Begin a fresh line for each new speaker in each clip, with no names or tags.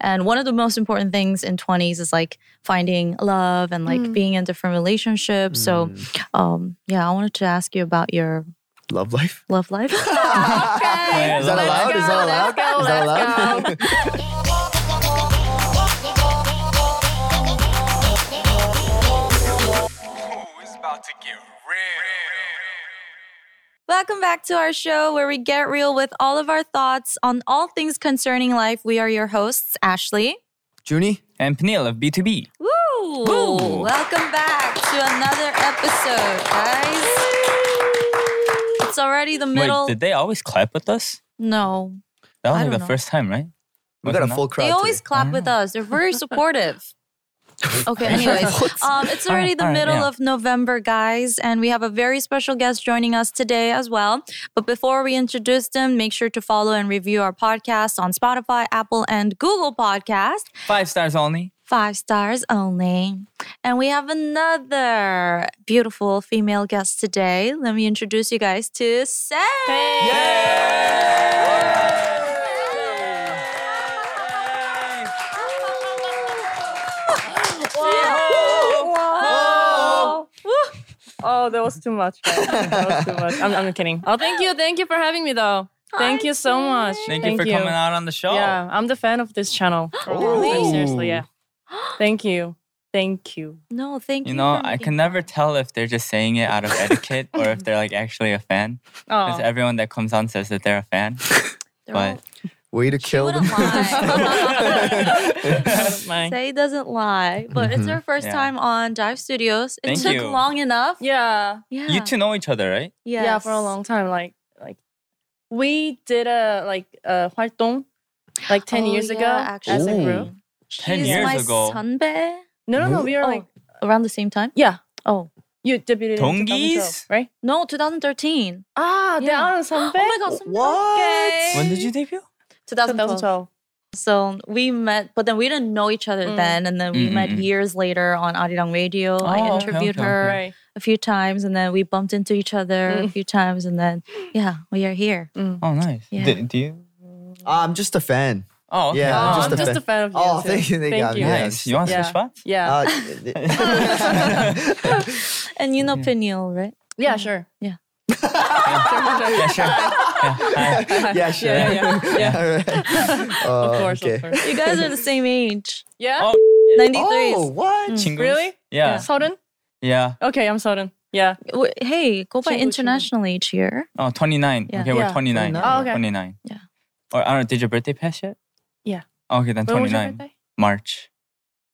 And one of the most important things in 20s is like finding love and like
Mm.
being in different relationships. So,
Mm.
um, yeah, I wanted to ask you about your
love life.
love life. okay.
Wait, is that
let's
allowed?
Go,
Is that allowed?
Let's go.
Is that
let's go.
allowed?
it's about to get real.
Welcome back to our show where we get real with all of our thoughts on all things concerning life. We are your hosts, Ashley.
Junie,
And Peniel of B2B.
Woo!
Woo!
Welcome back to another episode, guys. It's already the middle.
Wait, did they always clap with us?
no.
That was
I
like the
don't know.
first time, right?
we got a
Wasn't it?
full crowd.
They always
today.
clap with us. They're very supportive. Okay, anyways, um, it's already the
Alright,
middle
yeah.
of November, guys, and we have a very special guest joining us today as well. But before we introduce them, make sure to follow and review our podcast on Spotify, Apple, and Google Podcast.
five stars only.
Five stars only. And we have another beautiful female guest today. Let me introduce you guys to Sam.
Whoa. Oh, that was too much. guys. That was too much. I'm, I'm kidding. Oh, thank you. Thank you for having me, though. Thank you so much.
Thank, you for coming out on the show.
Yeah, I'm the fan of this channel. for a long time,
Really?
Seriously, yeah. Thank you. Thank you.
No, thank you.
You know,
for
I
making
can never tell if they're just saying it out of etiquette or if they're like actually a fan. Because
Oh,
everyone that comes on says that they're a fan.
They're all-
Way to kill Uh, them.
wouldn't lie.
my.
Say doesn't lie, but it's
Mhm.
her first
Mm-hmm. Yeah.
time on Dive Studios. It
Thank
took
you.
long enough.
Yeah.
Yeah.
You two know each other, right?
Yeah, for a
Yes.
long time. Like, like we did a like a 활동 like ten
Oh,
years ago
yeah,
as a
actually.
group.
10
She's
years
my
ago.
Sunbae.
No, no, no. We were
Oh.
like,
Around the same time?
yeah,
Oh.
you debuted in 2012,
동기's?
right?
No, 2013.
Ah,
Yeah.
yeah. 선배.
Oh my god.
What?
Okay.
When did you debut?
2012.
2012.
So we met, but then we didn't know each other
Mm.
then. And then we
Mm, mm,
met
mm.
years later on Arirang Radio. I
Oh, okay,
interviewed
okay, okay.
her
Right.
a few times and then we bumped into each other a
Mm.
few times. And then, yeah, we are here.
Oh, nice.
Yeah.
Do, do you?
I'm just a fan.
Oh, okay.
Yeah,
Oh,
I'm
I'm
just a fan.
just a fan of you.
Oh,
too.
thank you, thank God.
you.
Yeah.
nice. You want to
Yeah.
switch spots?
Yeah.
Uh,
And you know
Yeah.
Peniel, right?
yeah, sure.
Yeah, sure. Yeah, hi.
yeah, sure.
Yeah, yeah, yeah. yeah. of
All right. Uh,
course,
okay.
of course.
You guys are the same age.
Yeah.
Oh,
93.
Oh, what?
Mm.
Chingus?
really?
Yeah.
Sudden?
Yeah.
Okay, I'm sudden. Yeah.
W- Hey, go by
Chingu, chingu.
international each year.
Oh, 29.
Yeah.
Okay, we're
Yeah.
29.
Oh,
okay.
29.
Yeah.
Or I don't know, did your birthday pass yet? Oh,
Yeah.
Okay, then
When was your
29.
birthday?
March.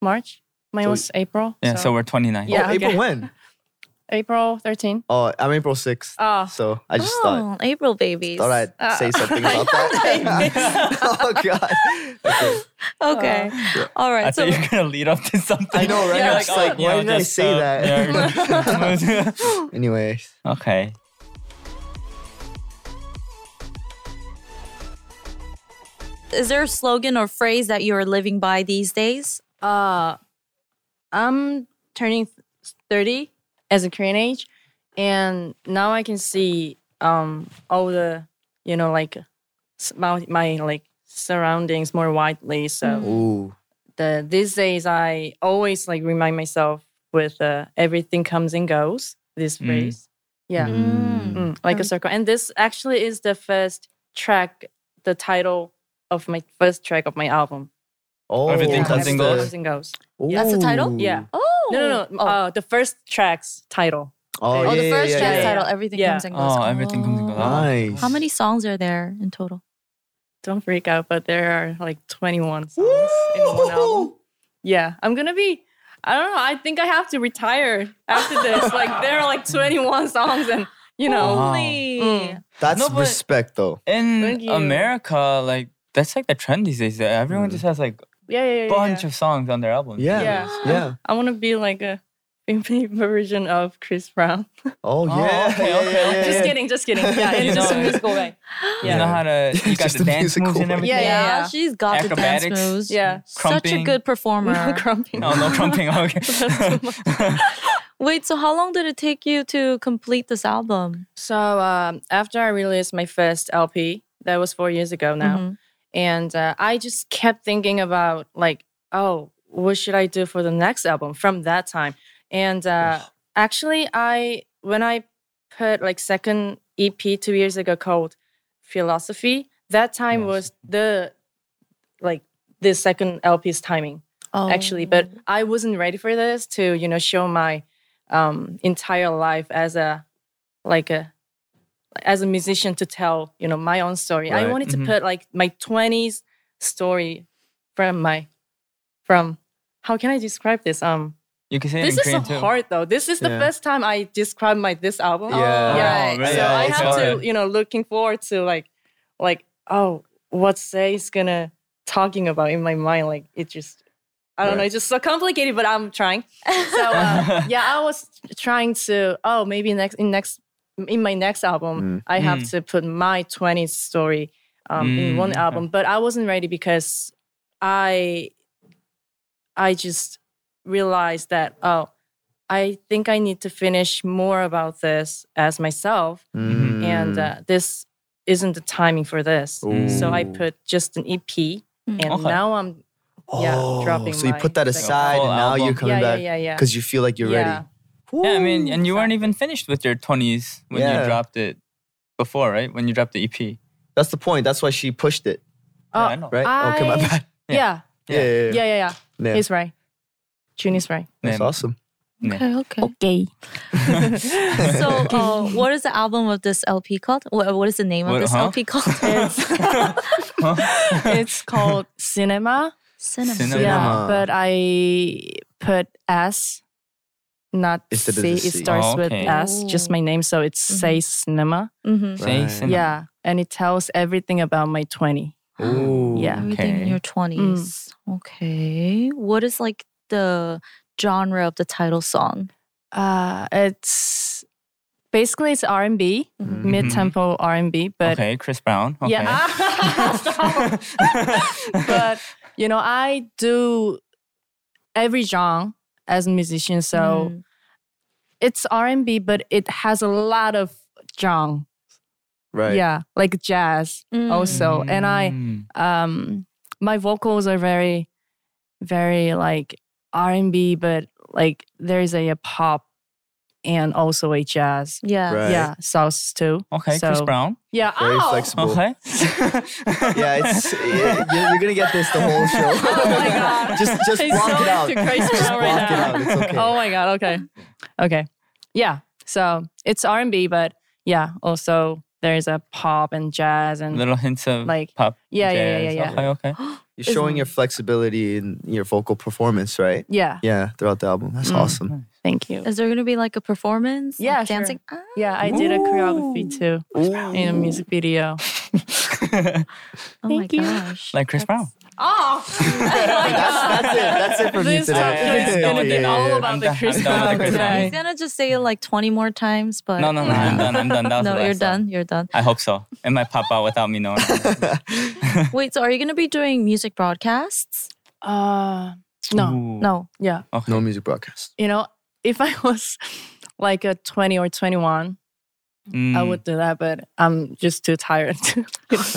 March. Mine
So-
was April.
Yeah, so, we're 29.
Yeah, okay.
oh, April when?
April 13.
Oh, I'm April 6th.
Ah.
So I just
oh,
thought,
April babies.
thought I'd
Uh,
say something about that. oh, God. Okay.
Okay. All
I
right.
thought
So
you were going to lead up to something.
I know, right?
Yeah,
I
like,
was like,
you
why
know,
did I
just,
say
uh,
that?
yeah.
Anyways.
okay.
is there a slogan or phrase that you're living by these days?
uh, I'm turning 30 as a Korean age, and now I can see um all the you know like s- my, my like surroundings more widely. So
Mm.
Ooh.
the these days I always like remind myself with uh, everything comes and goes. This
Mm.
phrase, yeah,
Mm.
Mm, like a
Mm.
circle. And this actually is the first track, the title of my first track of my album.
Oh,
Everything
that's
comes and goes.
Comes and goes.
That's the title?
Ooh.
Yeah.
Oh.
No, no, no.
Oh,
Uh, the first track's title.
Oh,
Oh,
yeah,
the first
yeah,
track
yeah,
title, Everything
Yeah.
Comes and Goes.
Oh, everything comes and goes.
Oh.
Nice.
How many songs are there in total?
Don't freak out, but there are like 21 songs in one album. Yeah, I'm gonna be. I don't know. I think I have to retire after this. like there are like 21 songs, and you
Oh.
know,
Wow.
Holy.
Mm.
That's
No, but-
respect, though.
In
Thank you.
America, like, that's like the trend these days. that Everyone
Mm.
just has like
yeah, yeah, yeah.
a
yeah.
bunch of songs on their album.
Yeah.
Yeah.
Yeah.
I want to be like a female version of Chris Brown.
Oh, yeah.
Oh, okay,
yeah,
okay.
yeah, yeah,
just
yeah.
kidding, just kidding. Yeah,
You
in just a
know,
musical way.
You know
Yeah.
how to, you got
Just
the
a
dance moves
musical.
and everything.
Yeah, yeah, yeah.
She's got the
Acrobatics.
dance moves.
Yeah.
Such a
Crumping.
good performer.
No grumping.
Oh, No, no crumping. Okay.
That's
Wait, so how long did it take you to complete this album?
So um, after I released my first LP, that was four years ago now,
Mhm.
and uh, I just kept thinking about like, oh, what should I do for the next album from that time? And uh, actually, I when I put like second EP two years ago called Philosophy, that time
Yes.
was the like the second LP's timing
Oh.
actually, but I wasn't ready for this to you know show my um, entire life as a like a as a musician to tell you know my own story. I
Right,
wanted to
mhm.
put like my twenties story from my from how can I describe this? Um,
You can say
this
it in
is so
Korean too.
hard though. This is the
Yeah.
first time I describe my this album.
Yeah.
Yeah,
Oh, really?
so
Yeah,
I
it's
have
hard.
to, you know, looking forward to like, like, oh, what Say's gonna talking about in my mind. Like, it just, I don't know,
Right.
it's just so complicated, but I'm trying. So uh, yeah, I was trying to, oh, maybe next in next in my next album, I have
Mm.
to put my 20s story um, in one
Mm, okay.
album, but I wasn't ready because I, I just realized that oh. I think I need to finish more about this as myself
Mhm.
and
Mm.
uh, this isn't the timing for this. So I
Ooh.
put just an EP, and
Mm.
Okay.
now I'm yeah,
Oh,
dropping
So you
my
put that
second
aside,
full
and now
album.
you're coming
yeah,
back
yeah, yeah, yeah.
because you feel like you're
Yeah.
ready.
Yeah, I mean,
Ooh.
and you weren't even finished with your 20s when
Yeah.
you dropped it before, right? When you dropped the E EP.
That's the point. That's why she pushed it,
yeah,
Oh,
I know.
right? okay, my
I-
bad.
yeah,
Yeah.
Yeah, yeah,
yeah,
yeah.
yeah, yeah.
Yeah.
He's right. June is right.
That's
Yeah.
awesome.
Okay, okay.
Okay.
So, uh, what is the album of this LP called? What, what is the name of
What-
this
huh?
LP called?
Huh?
it's called Cinema.
Cinema.
Cinema.
Yeah,
Cinema.
but I put S, not
Instead
C.
of the
It
C.
starts
Oh,
with
okay.
S, just
Ooh.
my name. So it says Cinema.
hmm
Say
Right.
cinema.
Yeah, and it tells everything about my 20.
Ooh.
Yeah.
Everything in
Okay.
your 20s. Okay. What is like the genre of the title song?
Uh, it's basically it's R and B,
Mm.
Mhm.
mid tempo R and B, but
Mm-hmm. okay, Chris Brown. Okay.
yeah. Stop. but you know, I do every genre as a musician, so
Mm.
it's R and B, but it has a lot of genre.
Right.
Yeah, like jazz
Mm.
oh,
also, and I
Mm.
um my vocals are very very like r&b but like there's a, pop and also a jazz
Yeah.
Right.
yeah sauce too
Okay, Chris
so-
Brown.
yeah oh!
Very
ow!
flexible.
Okay.
Yeah, it's yeah, you're, you're gonna get this the whole show.
Oh my God.
just just
He's
block
so
it out.
into Chris
just
Brown
block
right
it
now.
out. It's okay.
oh my god okay okay yeah so it's r&b but yeah also there's a pop and jazz and
Little hints of
Like-
pop.
yeah, yeah, yeah,
jazz.
yeah,
Okay, okay.
You're showing your flexibility in your vocal performance, right?
yeah
Yeah, throughout the album. That's
Mm.
awesome.
thank you
Is there going to be like a performance? like
Yeah, sure.
dancing? Ah,
yeah i did a choreography too in a music video
oh
Thank
my
you.
gosh.
like Chris Brown.
Oh,
That's, that's it. That's it for me
this
today.
talk
Yeah,
is
yeah,
gonna
yeah,
be
yeah,
all
yeah.
about
I'm
the
done-
Chris
I'm done with
Brown
the Chris Brown.
He's
today.
going to just say it like 20 more times, but.
No, no, no. I'm done. I'm done. That was the
No, you're
last song.
done. You're done.
I hope so. It might pop out without me knowing.
Wait, so are you going to be doing music broadcasts?
Uh, no,
Ooh.
No.
yeah,
Okay.
No music broadcast.
you know, if I was like a 20 or 21, I
Mm.
would do that, but I'm just too tired. to-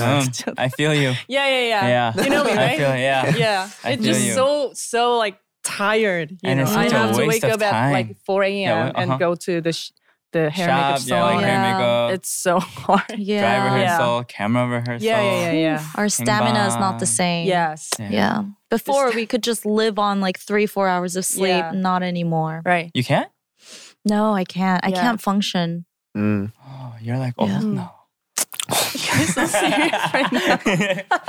Um, I feel you.
yeah, yeah, yeah,
Yeah.
You know me,
I
right?
feel yeah.
Yeah,
I
it's
feel
just
you.
so so like tired. You
And
know,
it's
I
such a
have to wake
waste
up
of
at
time.
like 4 a.m.
Yeah, well, uh-huh.
and go to the sh- the hair and
Shop,
makeup
yeah, like
salon.
hair
Yeah.
makeup,
It's so hard.
Yeah.
dry
Yeah.
rehearsal, camera rehearsal.
Yeah, yeah, yeah, yeah.
Our stamina is not the
Bang.
same.
Yes.
Yeah. Before we could just live on like three, four hours of sleep.
Yeah.
Not anymore.
Right.
You can't?
No, I can't. I
Yeah.
can't function.
Mm.
Oh, you're like old
Yeah.
now.
Mm. so serious right now.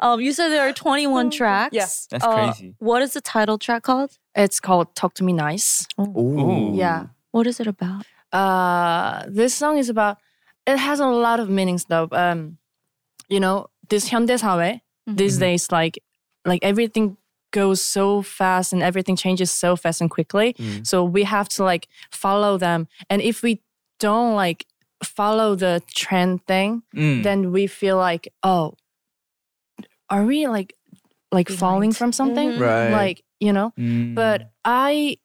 Um, you said there are
Oh,
21 tracks.
Yes.
That's crazy.
What is the title track called?
It's called Talk to Me Nice.
Ooh.
Yeah.
What is it about?
Uh, this song is about, it has a lot of meanings though. Um, you know, this 현대사회,
Mm-hmm.
these
Mhm.
days, like, like everything goes so fast and everything changes so fast and quickly.
Mm.
So we have to like follow them. And if we don't like follow the trend thing,
Mm.
then we feel like, oh, are we like, like falling
Behind.
from something?
Mhm.
Right.
Like, you know?
Mm.
but i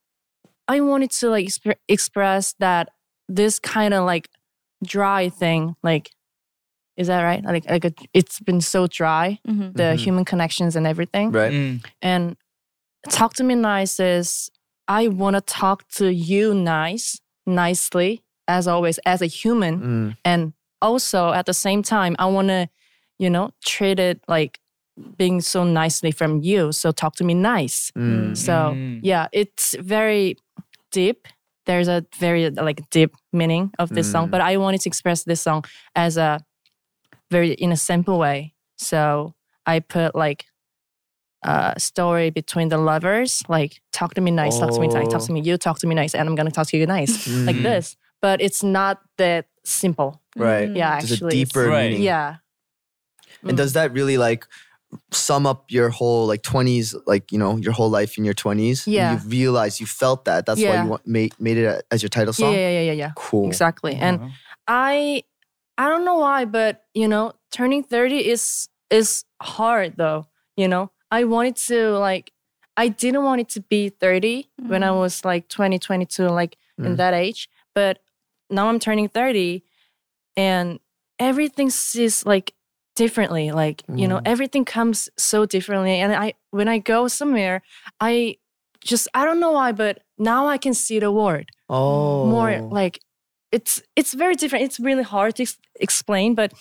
i wanted to like expre- express that this kind of like dry thing like Is that right? Like like a, it's been so dry,
hmm
the
Mhm.
human connections and everything.
Right.
Mm.
And talk to me nice is I want to talk to you nice, nicely as always as a human.
Mm.
and also at the same time i want to you know treat it like being so nicely from you so talk to me nice
Mm.
so
Mm.
yeah it's very deep there's a very like deep meaning of this song
Mm.
but i wanted to express this song as a very in a simple way so i put like a story between the lovers like talk to me nice talk to me nice talk to
Oh.
me you talk to me nice and i'm gonna talk to you nice
Mm.
like
Mhm.
this, but it's not that simple.
Right.
Mm-hmm.
Yeah,
There's a
actually, it's-
deeper
Right.
meaning.
Yeah,
And
Mm.
does that really like sum up your whole like 20s, like you know, your whole life in your 20s? And
Yeah.
You realize you felt that. That's why
Yeah.
you want, made made it a- as your title
yeah,
song.
yeah, yeah, yeah, yeah.
Cool.
Exactly. And
Wow.
I, I don't know why, but you know, turning thirty is is hard though. You know, I wanted to like, I didn't want it to be 30 when I
Mhm.
was like 20, 22, like in
Mm.
that age. But now I'm turning thirty, and everything is like differently like you know
Mm.
everything comes so differently and i when i go somewhere i just i don't know why but now i can see the world
Oh.
more like it's it's very different it's really hard to ex- explain but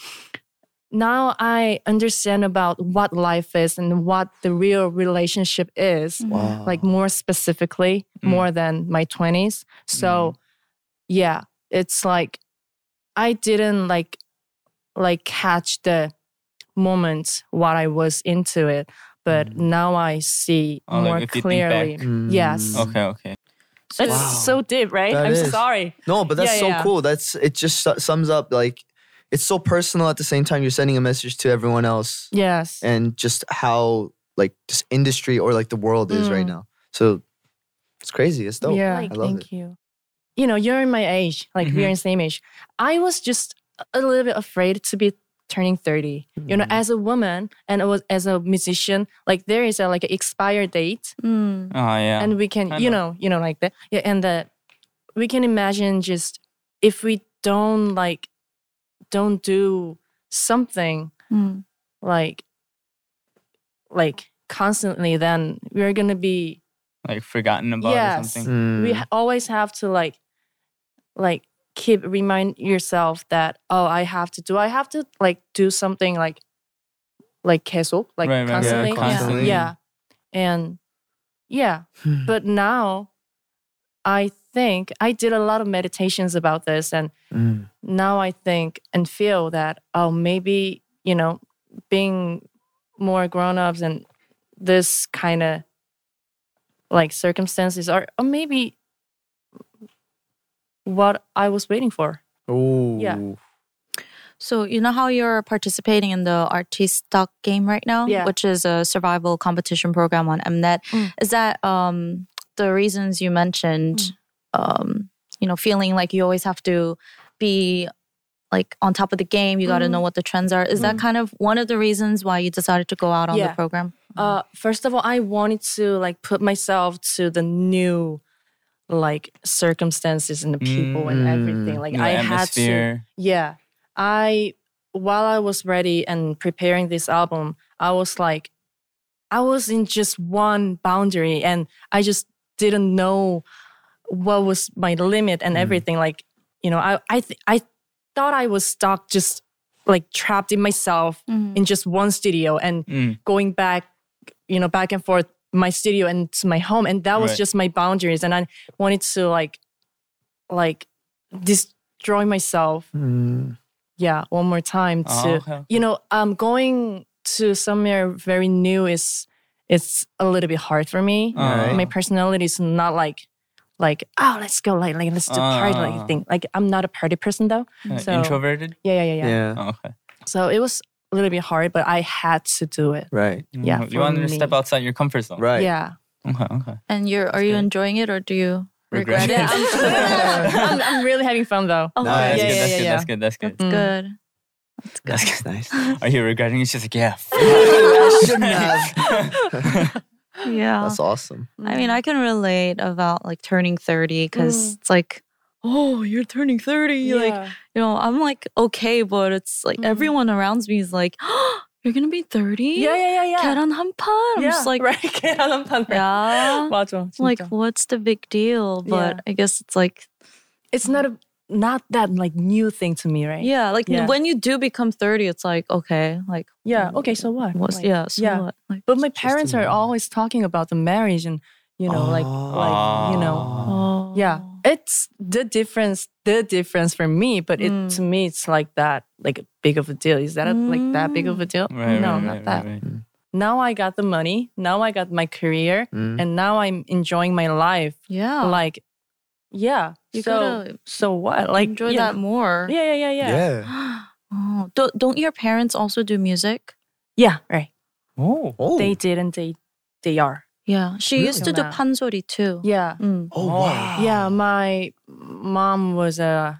now i understand about what life is and what the real relationship is
Mhm.
wow.
like more specifically
Mm.
more than my 20s
Mm.
so yeah it's like i didn't like like catch the moment what i was into it but
Mm.
now i see
Oh, like
more
if you think back.
clearly
Mm.
yes
Oh. Okay. Okay.
it's
Wow.
so deep right
That
i'm
is.
sorry
No, but that's
Yeah,
so
yeah.
cool. That's it. Just su- sums up like it's so personal at the same time. You're sending a message to everyone else,
yes
and just how like this industry or like the world is right
Mm.
now. So it's crazy. It's dope.
Yeah,
I love
thank
it.
you. You know, you're in my age, like we're in the same age. I was just a little bit afraid to be turning 30. You know,
Mhm.
as a woman and I was, as a musician, like there is a like an expired date
Mm.
Oh yeah.
and we can, you
kinda.
know, you know, like that. Yeah, and that we can imagine just if we don't like don't do something
Mm.
like like constantly, then we're gonna be
like forgotten about or
Yes.
something.
Mm.
we ha- always have to like like keep remind yourself that oh i have to do i have to like do something like like 계속 like
Right, right, yeah,
constantly.
constantly.
yeah and yeah
Hmm.
but now i think i did a lot of meditations about this and
Mm.
now I think and feel that oh maybe you know being more grown ups and this kind of like circumstances are or maybe what I was waiting for.
Ooh.
Yeah.
So you know how you're participating in the Artistock game right now,
Yeah.
which is a survival competition program on Mnet.
Mm.
Is that um, the reasons you mentioned?
Mm.
Um, you know, feeling like you always have to be like on top of the game. You got to
Mm.
know what the trends are. Is that
Mm.
kind of one of the reasons why you decided to go out on the
Yeah.
program?
Mm-hmm.
Uh, first of all, I wanted to like put myself to the new like circumstances and the people and everything.
Mm,
Like
New
I had to
atmosphere.
Yeah. I while I was ready and preparing this album, I was like I was in just one boundary and I just didn't know what was my limit and
Mm.
everything like you know, I I th- I thought I was stuck just like trapped in myself
Mhm.
in just one studio and
Mm.
going back you know back and forth my studio and to my home and that was
Right.
just my boundaries and I wanted to like like destroy myself
Mm.
yeah one more time to
Uh-huh.
Oh, okay.
you know um going to somewhere very new is it's a little bit hard for me
Uh,
my personality is not like like oh let's go like, like let's do party
Ah.
like thing like i'm not a party person though
uh,
so-
introverted.
yeah yeah yeah,
Yeah.
yeah.
Oh, okay.
so it was a little bit hard but i had to do it
Right.
Yeah,
Mm,
for
You wanted to
me.
step outside your comfort zone.
Right.
yeah
Okay. Okay.
And you're are you
good.
enjoying it or do you regret, it?
Regret it.
yeah I'm, I'm, I'm really having fun though
Oh,
Oh,
Nice.
yeah,
that's good.
yeah,
That's
yeah, yeah.
good. That's good. That's good.
That's good.
That's good.
Nice.
Are you regretting? it? She's like, yeah.
Oh
I shouldn't have.
Yeah.
That's awesome.
I mean, I can relate about like turning 30 because
Mm.
it's like oh, you're turning 30. Like, you know, I'm like, okay, but it's like
Mhm.
everyone around me is like, "Oh, you're going to be 30?
yeah, yeah, yeah, yeah.
Get on I'm
yeah,
just like,
right. get on the plan, right.
yeah.
맞아,
Like,
진짜.
what's the big deal? But
Yeah.
I guess it's like,
it's not a not that like new thing to me, right?
yeah, like
Yeah.
when you do become 30, it's like, okay, like,
Yeah. Okay. So what?
what's,
Like,
yeah, so
yeah.
what? Like,
But my
Just a
parents are
moment.
always talking about the marriage and you know, like like you
Ah.
know,
oh.
yeah. It's the difference, the difference for me. But it
Mm.
to me, it's like that, like big of a deal. Is that a, like that big of a deal?
Mm. Right,
no,
right,
not
right,
that.
right, right.
Now I got the money. Now I got my career,
Mm-hmm.
Mm.
and now I'm enjoying my life.
Yeah.
Like, yeah.
you
so
gotta
so what? Like
enjoy
yeah.
that more.
Yeah, yeah, yeah, yeah.
yeah.
oh, don't, don't your parents also do music?
Yeah, right.
Oh.
Oh.
They did and they they are.
Yeah, she used to do
Really?
pansori too.
Yeah.
Mm.
oh wow.
Yeah, my mom was uh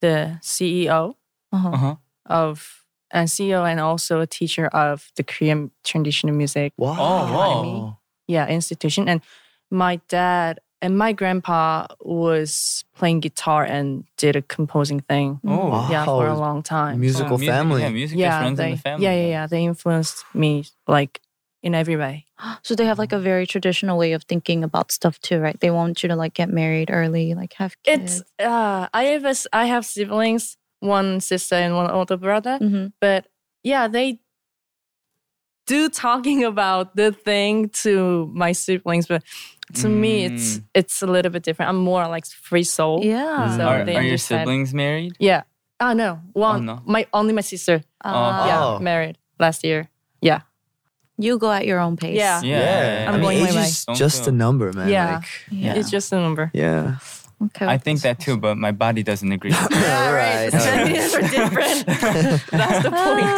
the CEO
Uh
Uh-huh.
huh.
of and CEO and also a teacher of the Korean traditional music
Wow.
Oh, wow.
Academy. yeah institution and my dad and my grandpa was playing guitar and did a composing thing
Oh.
Wow.
yeah for a
Wow.
long time.
Musical
Oh, music,
family.
Yeah, music
yeah,
just runs
they,
in the family.
yeah, yeah, yeah. They influenced me like in every way.
Uh-huh.
So they have like a very traditional way of thinking about stuff too, right? They want you to like get married early, like have kids.
It's uh, I have a s I have siblings, one sister and one older brother.
hmm
but yeah, they do talking about the thing to my siblings, but to me, it's it's a little bit different. I'm more like free soul.
Yeah.
So
are
they
are your
understand.
siblings married?
Yeah. Oh no, one.
no.
My only my sister.
Uh,
Yeah.
Oh.
married last year.
You go at your own pace.
Yeah.
Yeah.
I'm
I mean,
going my
age
way.
is
Don't
just
feel-
a number, man.
Yeah.
Like,
Yeah.
It's just a number.
yeah.
okay.
I think that too, but my body doesn't agree.
All
right. Families are different. That's the point.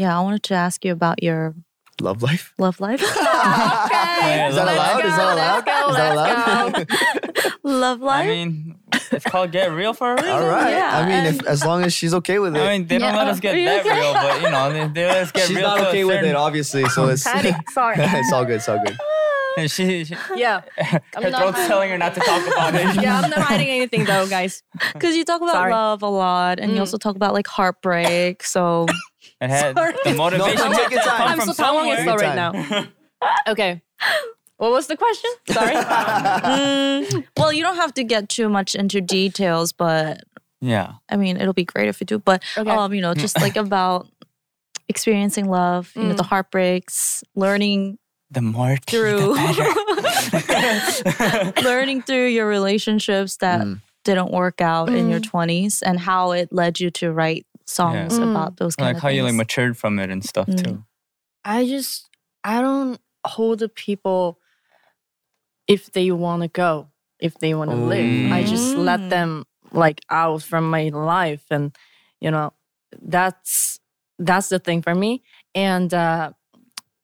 yeah, I wanted to ask you about your
Love life.
love life.
Yeah,
Is that
let's
allowed? Is that allowed? Is that allowed?
love
I
life?
mean, it's called get real for a reason.
All right.
Yeah,
I mean, if,
and-
as long as she's okay with it.
I mean, they don't
Yeah.
let us get
Are you
that
okay?
real, but you know, they, they let us get
she's
real.
not
to a
okay with it,
certain-
obviously. So it's
Sorry.
it's all good. It's all good.
She, she, her
Yeah. I'm not
throat's telling her not to talk about it.
Yeah, I'm not hiding anything though, guys.
Because you talk about
Sorry.
love a lot and you
Mm.
also talk about like heartbreak. So
It had
Sorry.
the motivation.
No, take your
had to come
time.
I'm
from
so telling
somewhere.
it slow right
Time.
now. Okay. What was the question? Sorry.
Mm, well, you don't have to get too much into details, but
Yeah.
I mean, it'll be great if you do. But
Okay.
um, you know, just like about experiencing love, you know, the heartbreaks, learning
The more tea,
through,
the better.
learning through your relationships that
Mm.
didn't work out in your
Mm.
twenties, and how it led you to write songs
Mm.
about those kind
like
of
how you like
things.
matured from it and stuff
Mm.
too.
I just I don't hold the people if they want to go, if they want to live. I just
Mm.
let them like out from my life, and you know, that's that's the thing for me. And uh,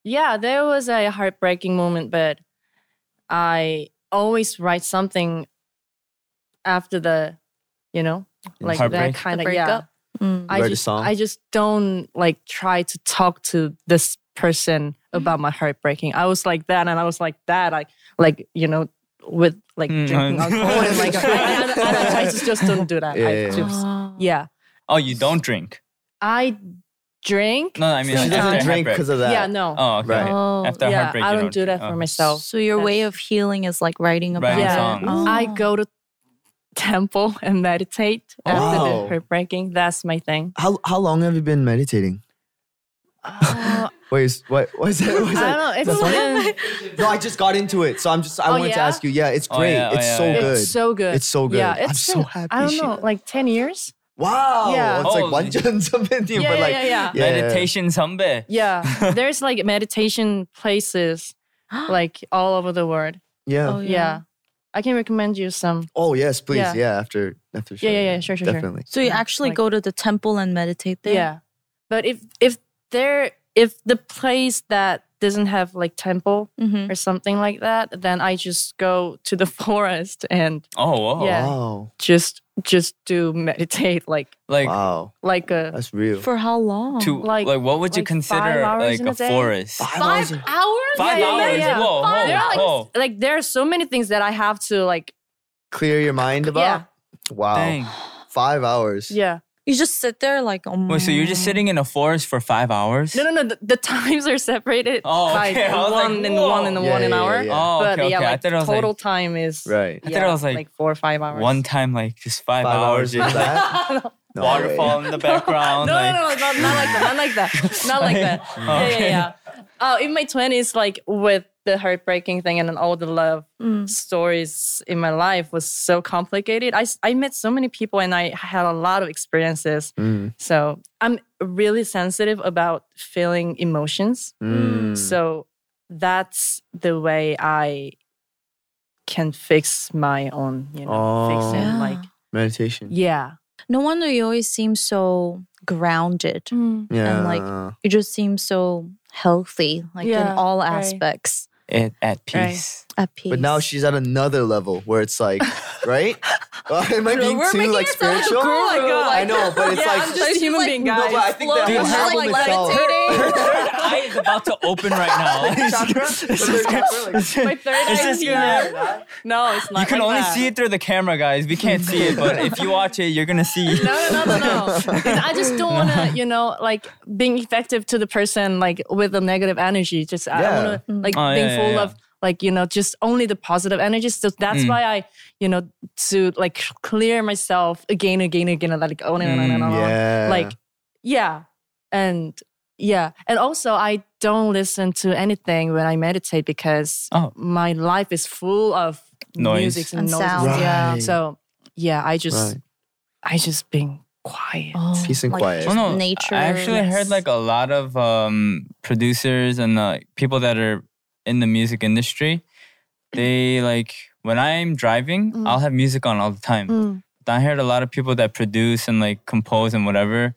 yeah, there was a heartbreaking moment, but I always write something after the, you know, like
Heartbreak?
that kind of
The
yeah.
breakup? Mm.
I
Write a
just,
song?
I just don't like try to talk to this person
Mm-hmm.
about my heartbreaking. I was like that, and I was like that, like like you know, with like
Mm,
drinking
I-
alcohol. And, like, I, I, I- I- I just just don't do that.
Yeah,
I
yeah, yeah.
just-
Oh.
yeah.
Oh, you don't drink?
I drink.
No, I mean,
she
like, after
doesn't drink
heartbreak.
because of that.
yeah, no.
Oh, okay.
Right.
Oh,
After
yeah,
heartbreak,
I
you
don't do that for
oh.
myself.
so your way of healing is like writing about
Writing
it.
Yeah.
songs.
Oh.
I go to temple and meditate after
Wow.
the heartbreaking. That's my thing.
How how long have you been meditating?
Uh,
Wait, is- what what is that? What
I
is that?
don't know.
That's
It's
funny.
been-
No, I just got into it, so I'm just I
Oh,
wanted to
yeah?
ask you. Yeah, it's
Oh,
great.
yeah, oh,
it's
yeah,
so
yeah.
good.
It's so good.
It's so good.
Yeah,
I'm
it's
so
been-
happy
I don't
she-
know, like ten years.
Wow,
Yeah.
it's
Oh,
like one gen something, but
yeah,
like
yeah, yeah,
yeah.
Meditation sombe.
yeah. There's like meditation places like all over the world.
yeah.
Oh,
Oh,
Yeah.
yeah.
I can recommend you some.
yes, please.
Yeah.
Yeah, after after.
Yeah, yeah, yeah, sure, sure, sure.
definitely.
So you
Yeah,
actually
like-
go to the temple and meditate there?
Yeah. But if if there if the place that doesn't have like temple
Mm-hmm.
or something like that, then I just go to the forest and
Oh, whoa.
Yeah.
Wow,
just just do meditate like
Like,
wow,
like a
that's real.
For how long?
to, like,
Oh, Like-
what would you
like
consider
five hours
like
in
a,
a day?
forest?
hours. of-
hours?
Five
Yeah, yeah,
hours?
yeah.
Whoa,
Five
whoa,
There are, like,
whoa.
like there are so many things that I have to like
clear your mind about? Wow.
Dang.
Five hours.
Yeah.
You just sit there like, oh
Wait, so you're just sitting in a forest for five hours?
Mm. No, no, no. The, the times are separated
Oh,
by
okay. I was like,
one and
whoa.
one and
Yeah,
one an
yeah,
hour.
yeah, yeah.
Oh,
But
okay,
yeah,
okay. I
like
thought it was
total
like
time is
Right.
I thought it was, like,
four or five hours.
one time, like just five,
Five hours
hours,
of
just like,
that? No way.
waterfall in the background.
No,
like,
no, no, no, not, not like that. Not like that. Not like that. Yeah, yeah,
Okay.
yeah. Oh, in my twenties, like with the heartbreaking thing and then all the love stories in my life was so complicated. I s- I met so many people and I had a lot of experiences.
Mm,
So I'm really sensitive about feeling emotions.
mm.
So that's the way I can fix my own, you know,
Oh.
fix it.
Yeah.
Like,
Meditation.
yeah.
No wonder you always seem so grounded. and,
Yeah.
like, You just seem so healthy, like
Yeah,
in all
right.
aspects.
It, at
Right.
peace.
At peace.
but now she's at another level where it's like, right? Am I being
We're
too
making
like
it sound
spiritual?
cool, like, oh my
I know, but it's
Yeah,
like
I'm just a human being,
No,
guys.
but I think that
Dude,
the
her-
problem
like,
itself-
meditating.
Third eye is about to open right now.
It's just gonna-
My third
It's
eye
just
here. No, it's not.
You can
like
only
that.
see it through the camera, guys. We can't see it, but if you watch it, you're gonna see.
No, no, no, no, no. Because I just don't want to, you know, like being effective to the person, like with the negative energy. Just I
Yeah.
don't want to, like
Oh,
being
yeah, yeah,
full
yeah.
of, like you know, just only the positive energy. So that's
Mm.
why I, you know, to like clear myself again, again, again, and like on and on and
Mm,
on. and on.
yeah.
Like, yeah, and yeah, and also I don't listen to anything when I meditate because
Oh.
my life is full of
Noise.
music and,
And
noises.
sounds, yeah.
Right.
So yeah, I just
Right.
I just being quiet.
Oh,
Peace and
like
quiet.
just
Oh, no,
Nature.
I actually
yes.
heard like a lot of um, producers and uh, people that are in the music industry. They like when I'm driving,
Mm.
I'll have music on all the time.
Mm.
I heard a lot of people that produce and like compose and whatever.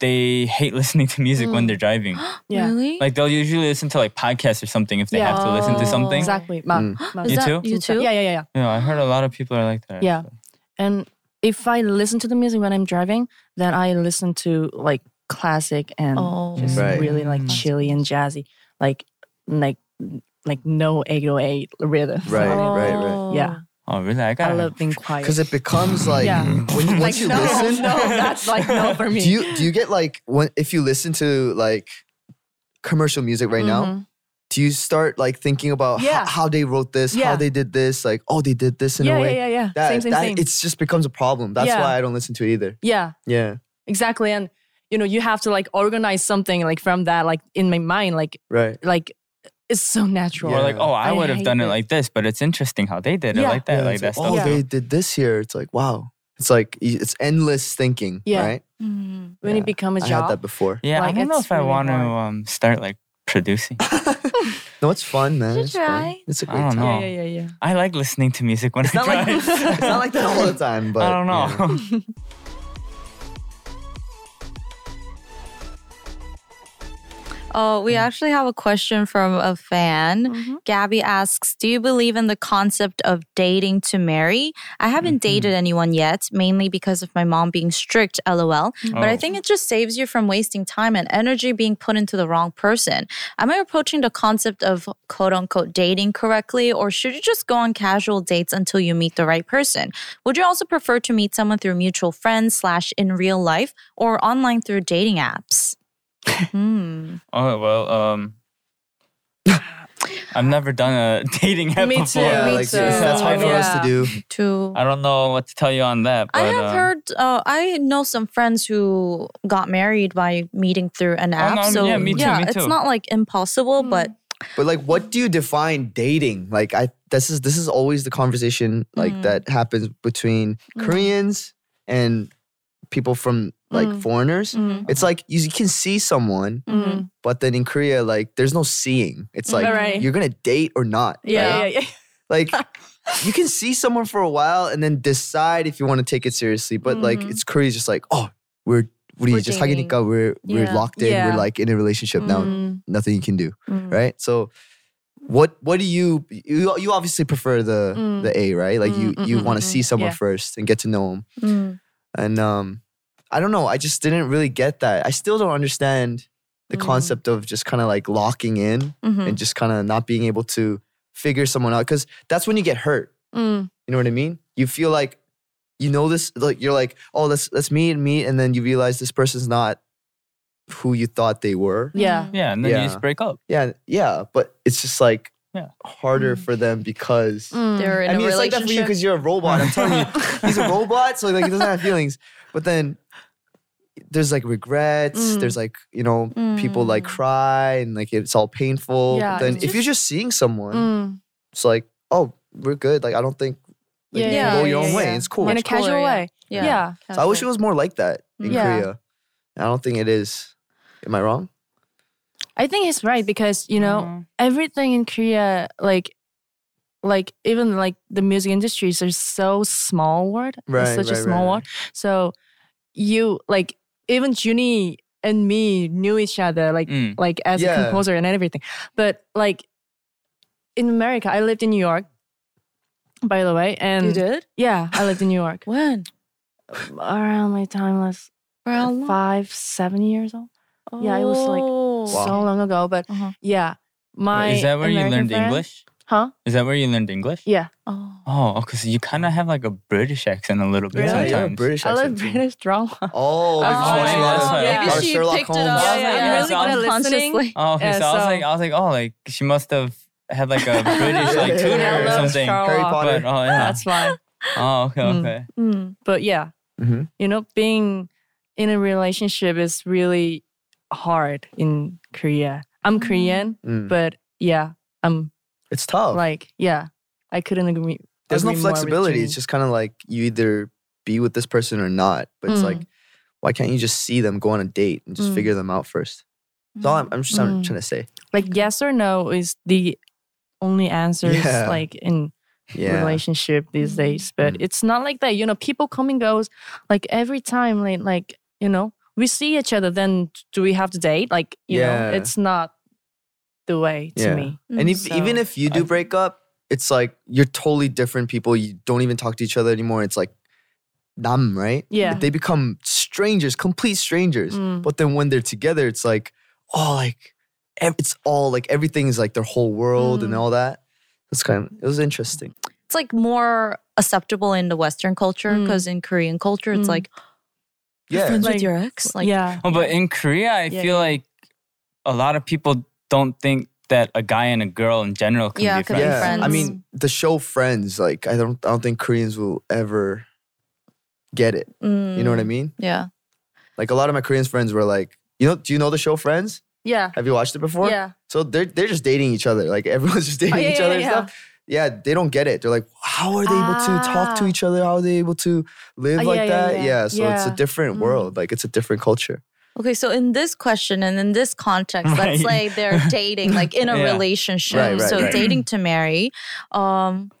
They hate listening to music when
Mm.
they're driving.
Yeah.
Really?
Like they'll usually listen to like podcasts or something if they
Yeah.
have to listen to
Oh.
something.
Exactly. Ma-
Mm.
ma-
Is
You
that
too?
You too?
Yeah, yeah, yeah, yeah.
Yeah, I heard a lot of people are like that.
Yeah.
actually.
And if I listen to the music when I'm driving, then I listen to like classic and
Oh.
just
Right.
really like
Mm.
chilly and jazzy, like like like no 808 rhythm.
Right, right, right.
Yeah.
Oh, really? I
I
gotta.
love being quiet.
Because it becomes like
Yeah.
when you, once
like
you
no,
listen,
no, that's like no for me.
do you do you get like when if you listen to like commercial music right now,
Mhm.
do you start like thinking about ho-
Yeah.
how, they wrote this, how
Yeah.
they did this, like oh they did this in
Yeah,
a
yeah,
way
yeah, yeah.
that
same, same,
that
same.
it's just becomes a problem. That's
Yeah.
why I don't listen to it either.
yeah.
Yeah,
exactly and you know you have to like organize something like from that like in my mind like
right.
like it's so natural
Or like,
Yeah.
oh, I,
I
would have
hate
done it
it.
like this, but it's interesting how they did it
Yeah.
like that,
Yeah, it's
like that
like,
stuff.
oh
Yeah.
they did this here. It's like wow. It's like y- it's endless thinking.
Yeah.
right.
Mm.
when
Yeah,
it become a
I had
job
that before.
Yeah,
Like,
I don't know
it's
if I
really
want to
hard.
um, start like producing.
No, it's fun, man.
should
It's fun.
try.
It's a
I
great
don't
time.
know.
yeah yeah yeah yeah
I like listening to music when
It's
I
not like
drive.
it's not like that all the time, but
I don't
yeah.
know.
Oh, we actually have a question from a fan. Gabby asks, "Do you believe in the concept of dating to marry? I haven't dated anyone yet, mainly because of my mom being strict, lol. But I
Oh.
think it just saves you from wasting time and energy being put into the wrong person. Am I approaching the concept of quote unquote dating correctly, or should you just go on casual dates until you meet the right person? Would you also prefer to meet someone through mutual friends slash in real life or online through dating apps?" hmm.
Oh well, um, I've never done a dating app
Me too.
before.
Yeah,
Me
like
too.
it's- that's hard for us
Yeah.
to do.
To
I don't know what to tell you on that. Uh, But,
I have
uh,
heard. Uh, I know some friends who got married by meeting through an app.
Oh, no,
so
yeah, me too, me
it's
too.
not like impossible, but
But like, what do you define dating? Like, I this is this is always the conversation like
Mm.
that happens between
Mm.
Koreans and people from like
Mm.
foreigners. It's like you, you can see someone,
mm-hmm.
Mhm.
but then in Korea, like there's no seeing. It's like
Alright.
Mm-hmm.
you're gonna date or not.
Mm. yeah,
right?
yeah, yeah.
Like you can see someone for a while and then decide if you want to take it seriously. But like
Mm-hmm.
Mhm.
it's Korea's just like, oh, we're 우리
We're
just
dating.
하기니까 we're we're
Yeah.
locked in.
Yeah.
We're like in a relationship now.
Mm.
Nothing you can do
Mm.
right? So what what do you you, you obviously prefer the
Mm.
the A, right? Like you
Mm, mm,
you want to
mm,
see
mm.
someone
Yeah.
first and get to know them.
Mm.
And um I don't know, I just didn't really get that. I still don't understand the
Mm.
concept of just kind of like locking in
Mhm.
and just kind of not being able to figure someone out cuz that's when you get hurt.
Mm.
You know what I mean? You feel like you know this, like you're like, oh, let's let's meet and meet, and then you realize this person's not who you thought they were.
Yeah.
Yeah, and then you
Yeah.
just break up.
Yeah, yeah, but it's just like
Yeah.
Mm.
harder for them because
They're in
I
a
mean it's like that for you
relationship.
because you're a robot. I'm telling you, he's a robot, so like he doesn't have feelings. But then there's like regrets.
Mm.
There's like you know people like
Mm.
cry and like it's all painful.
Yeah,
but then
it's
if you're just seeing someone,
Mm.
it's like oh we're good. Like I don't think like,
Yeah,
you
yeah,
can go your
yeah,
own way.
yeah.
It's cool.
in a
Much cooler,
casual
yeah.
way. Yeah.
So I wish it was more like that in
Yeah.
Korea. I don't think it is. Am I wrong?
I think he's right because you know
Mm-hmm.
everything in Korea, like, like even like the music industries are so small world, It's
Right,
such a
right, right,
small
right.
world. So you like even Junie and me knew each other, like
Mm.
like as a
Yeah.
composer and everything. But like in America, I lived in New York, by the way, and
you did
yeah, I lived in New York
when
around my time was
for how long?
five, seven years old. yeah, it was like
Oh.
so long ago, but
Uh-huh.
yeah. My
Is that where you
American
learned
friend-
English?
Huh?
Is that where you learned English?
Yeah.
Oh.
Oh, because you kind of have like a British accent a little bit
Really?
Yeah, you have a
sometimes.
British
I love
accent too.
British drama.
Oh,
Oh,
maybe she watched a lot of-
yeah.
a lot
Maybe
of
she
Sherlock
picked it
Holmes.
up.
Yeah, yeah,
yeah.
I'm really good at listening.
Consciously.
Oh, okay.
Yeah,
so, I was
so-
like, I was like, oh, like she must have had like a British like tutor
Yeah, I
or
love
something.
Charles.
Harry
Oh,
But oh
Potter.
yeah.
That's why.
Oh okay
Mm.
okay.
Mm.
But yeah,
Mhm.
you know, being in a relationship is really hard in Korea. I'm
Mm.
Korean,
Mm.
but yeah, I'm
It's tough.
like yeah, I couldn't agree.
There's no
agree more with
flexibility.
Jimmy.
It's just kind of like you either be with this person or not. But it's like,
Mm.
why can't you just see them, go on a date, and just
Mm.
figure them out first? That's all I'm, I'm just I'm
Mm.
trying to say.
like yes or no is the only answers
Yeah.
like in
Yeah.
relationship these
Mhm.
days. But
Mm.
it's not like that. You know, people come and goes like every time. Like, like you know, we see each other. Then do we have to date? Like you
Yeah.
know, it's not the way to
Yeah.
me.
Mm.
And if,
So-
even if you do
I-
break up, it's like you're totally different people. You don't even talk to each other anymore. It's like nam, right?
Yeah.
They become strangers, complete strangers.
Mm.
But then when they're together, it's like, oh, like ev- it's all like everything is like their whole world and
Mm.
all that. It's kind of it was interesting.
it's like more acceptable in the Western culture
Mm.
because in Korean culture, it's
Mm.
like you're
Yeah.
friends
Like-
with your ex. Like
yeah.
Oh, but in Korea, I
Yeah,
feel like a lot of people don't think that a guy and a girl in general can
Yeah,
be
could be
friends.
yeah. I
friends.
mean, the show Friends, like I don't I don't think Koreans will ever get it. You know what I
mm,
mean?
Yeah.
Like a lot of my Korean friends were like, you know, do you know the show Friends?
Yeah.
Have you watched it before?
Yeah.
So they're they're just dating each other. Like everyone's just
Oh,
dating
yeah,
each
yeah,
other and
yeah.
stuff. Yeah, they don't get it. They're like, how are they able to talk to
Ah.
each other? How are they able to live
Ah, yeah,
like
yeah,
that? Yeah,
yeah.
so it's
Yeah.
a different
Mm.
world. Like it's a different culture.
Okay, so in this question and in this context, let's say
Right.
they're dating, like in a
Yeah.
relationship.
Right, right,
so
right.
dating to marry. Um,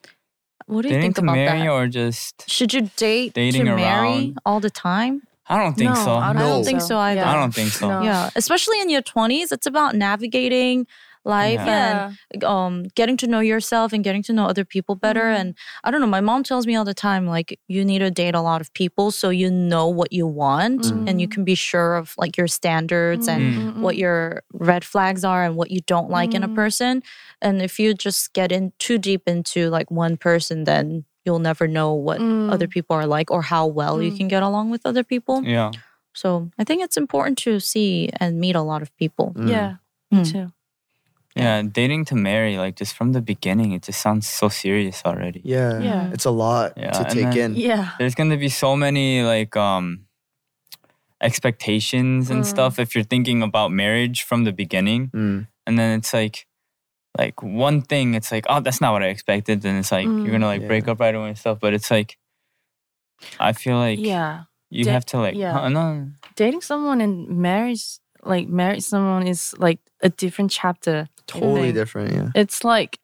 what do you
Dating
think
to
about
marry
that?
or just?
Should you date
Dating
to marry
around?
all the time?
I don't think so.
I don't,
No.
think so either.
I don't think so.
No.
Yeah, especially in your 20s, it's about navigating life
Yeah.
and um, getting to know yourself and getting to know other people better.
Mhm.
And I don't know, my mom tells me all the time, like, you need to date a lot of people so you know what you want and you
Mhm.
Mm-hmm.
can be sure of like your standards and
Mm, mm,
what
mm.
your red flags are and what you don't like in a
Mm-hmm.
Mhm.
person. And if you just get in too deep into like one person, then you'll never know what
Mm.
other people are like or how well you can
Mm.
get along with other people.
Mm-hmm. Yeah.
So I think it's important to see and meet a lot of people.
Mm.
Yeah. Me
Mm.
too.
Yeah, dating to marry, like just from the beginning, it just sounds so serious already.
Yeah.
Yeah.
It's a lot
Yeah,
to
and
take
then-
in.
Yeah.
There's gonna be so many like um expectations and
Mm.
stuff if you're thinking about marriage from the beginning.
Mm.
And then it's like like one thing, it's like, oh that's not what I expected. Then it's like
Mm.
you're gonna like
Yeah.
break up right away and stuff. But it's like I feel like
yeah.
you
Da-
have to like
yeah.
huh, no.
Dating someone and marriage, like marry someone, is like a different chapter.
Totally
different.
different. Yeah.
it's like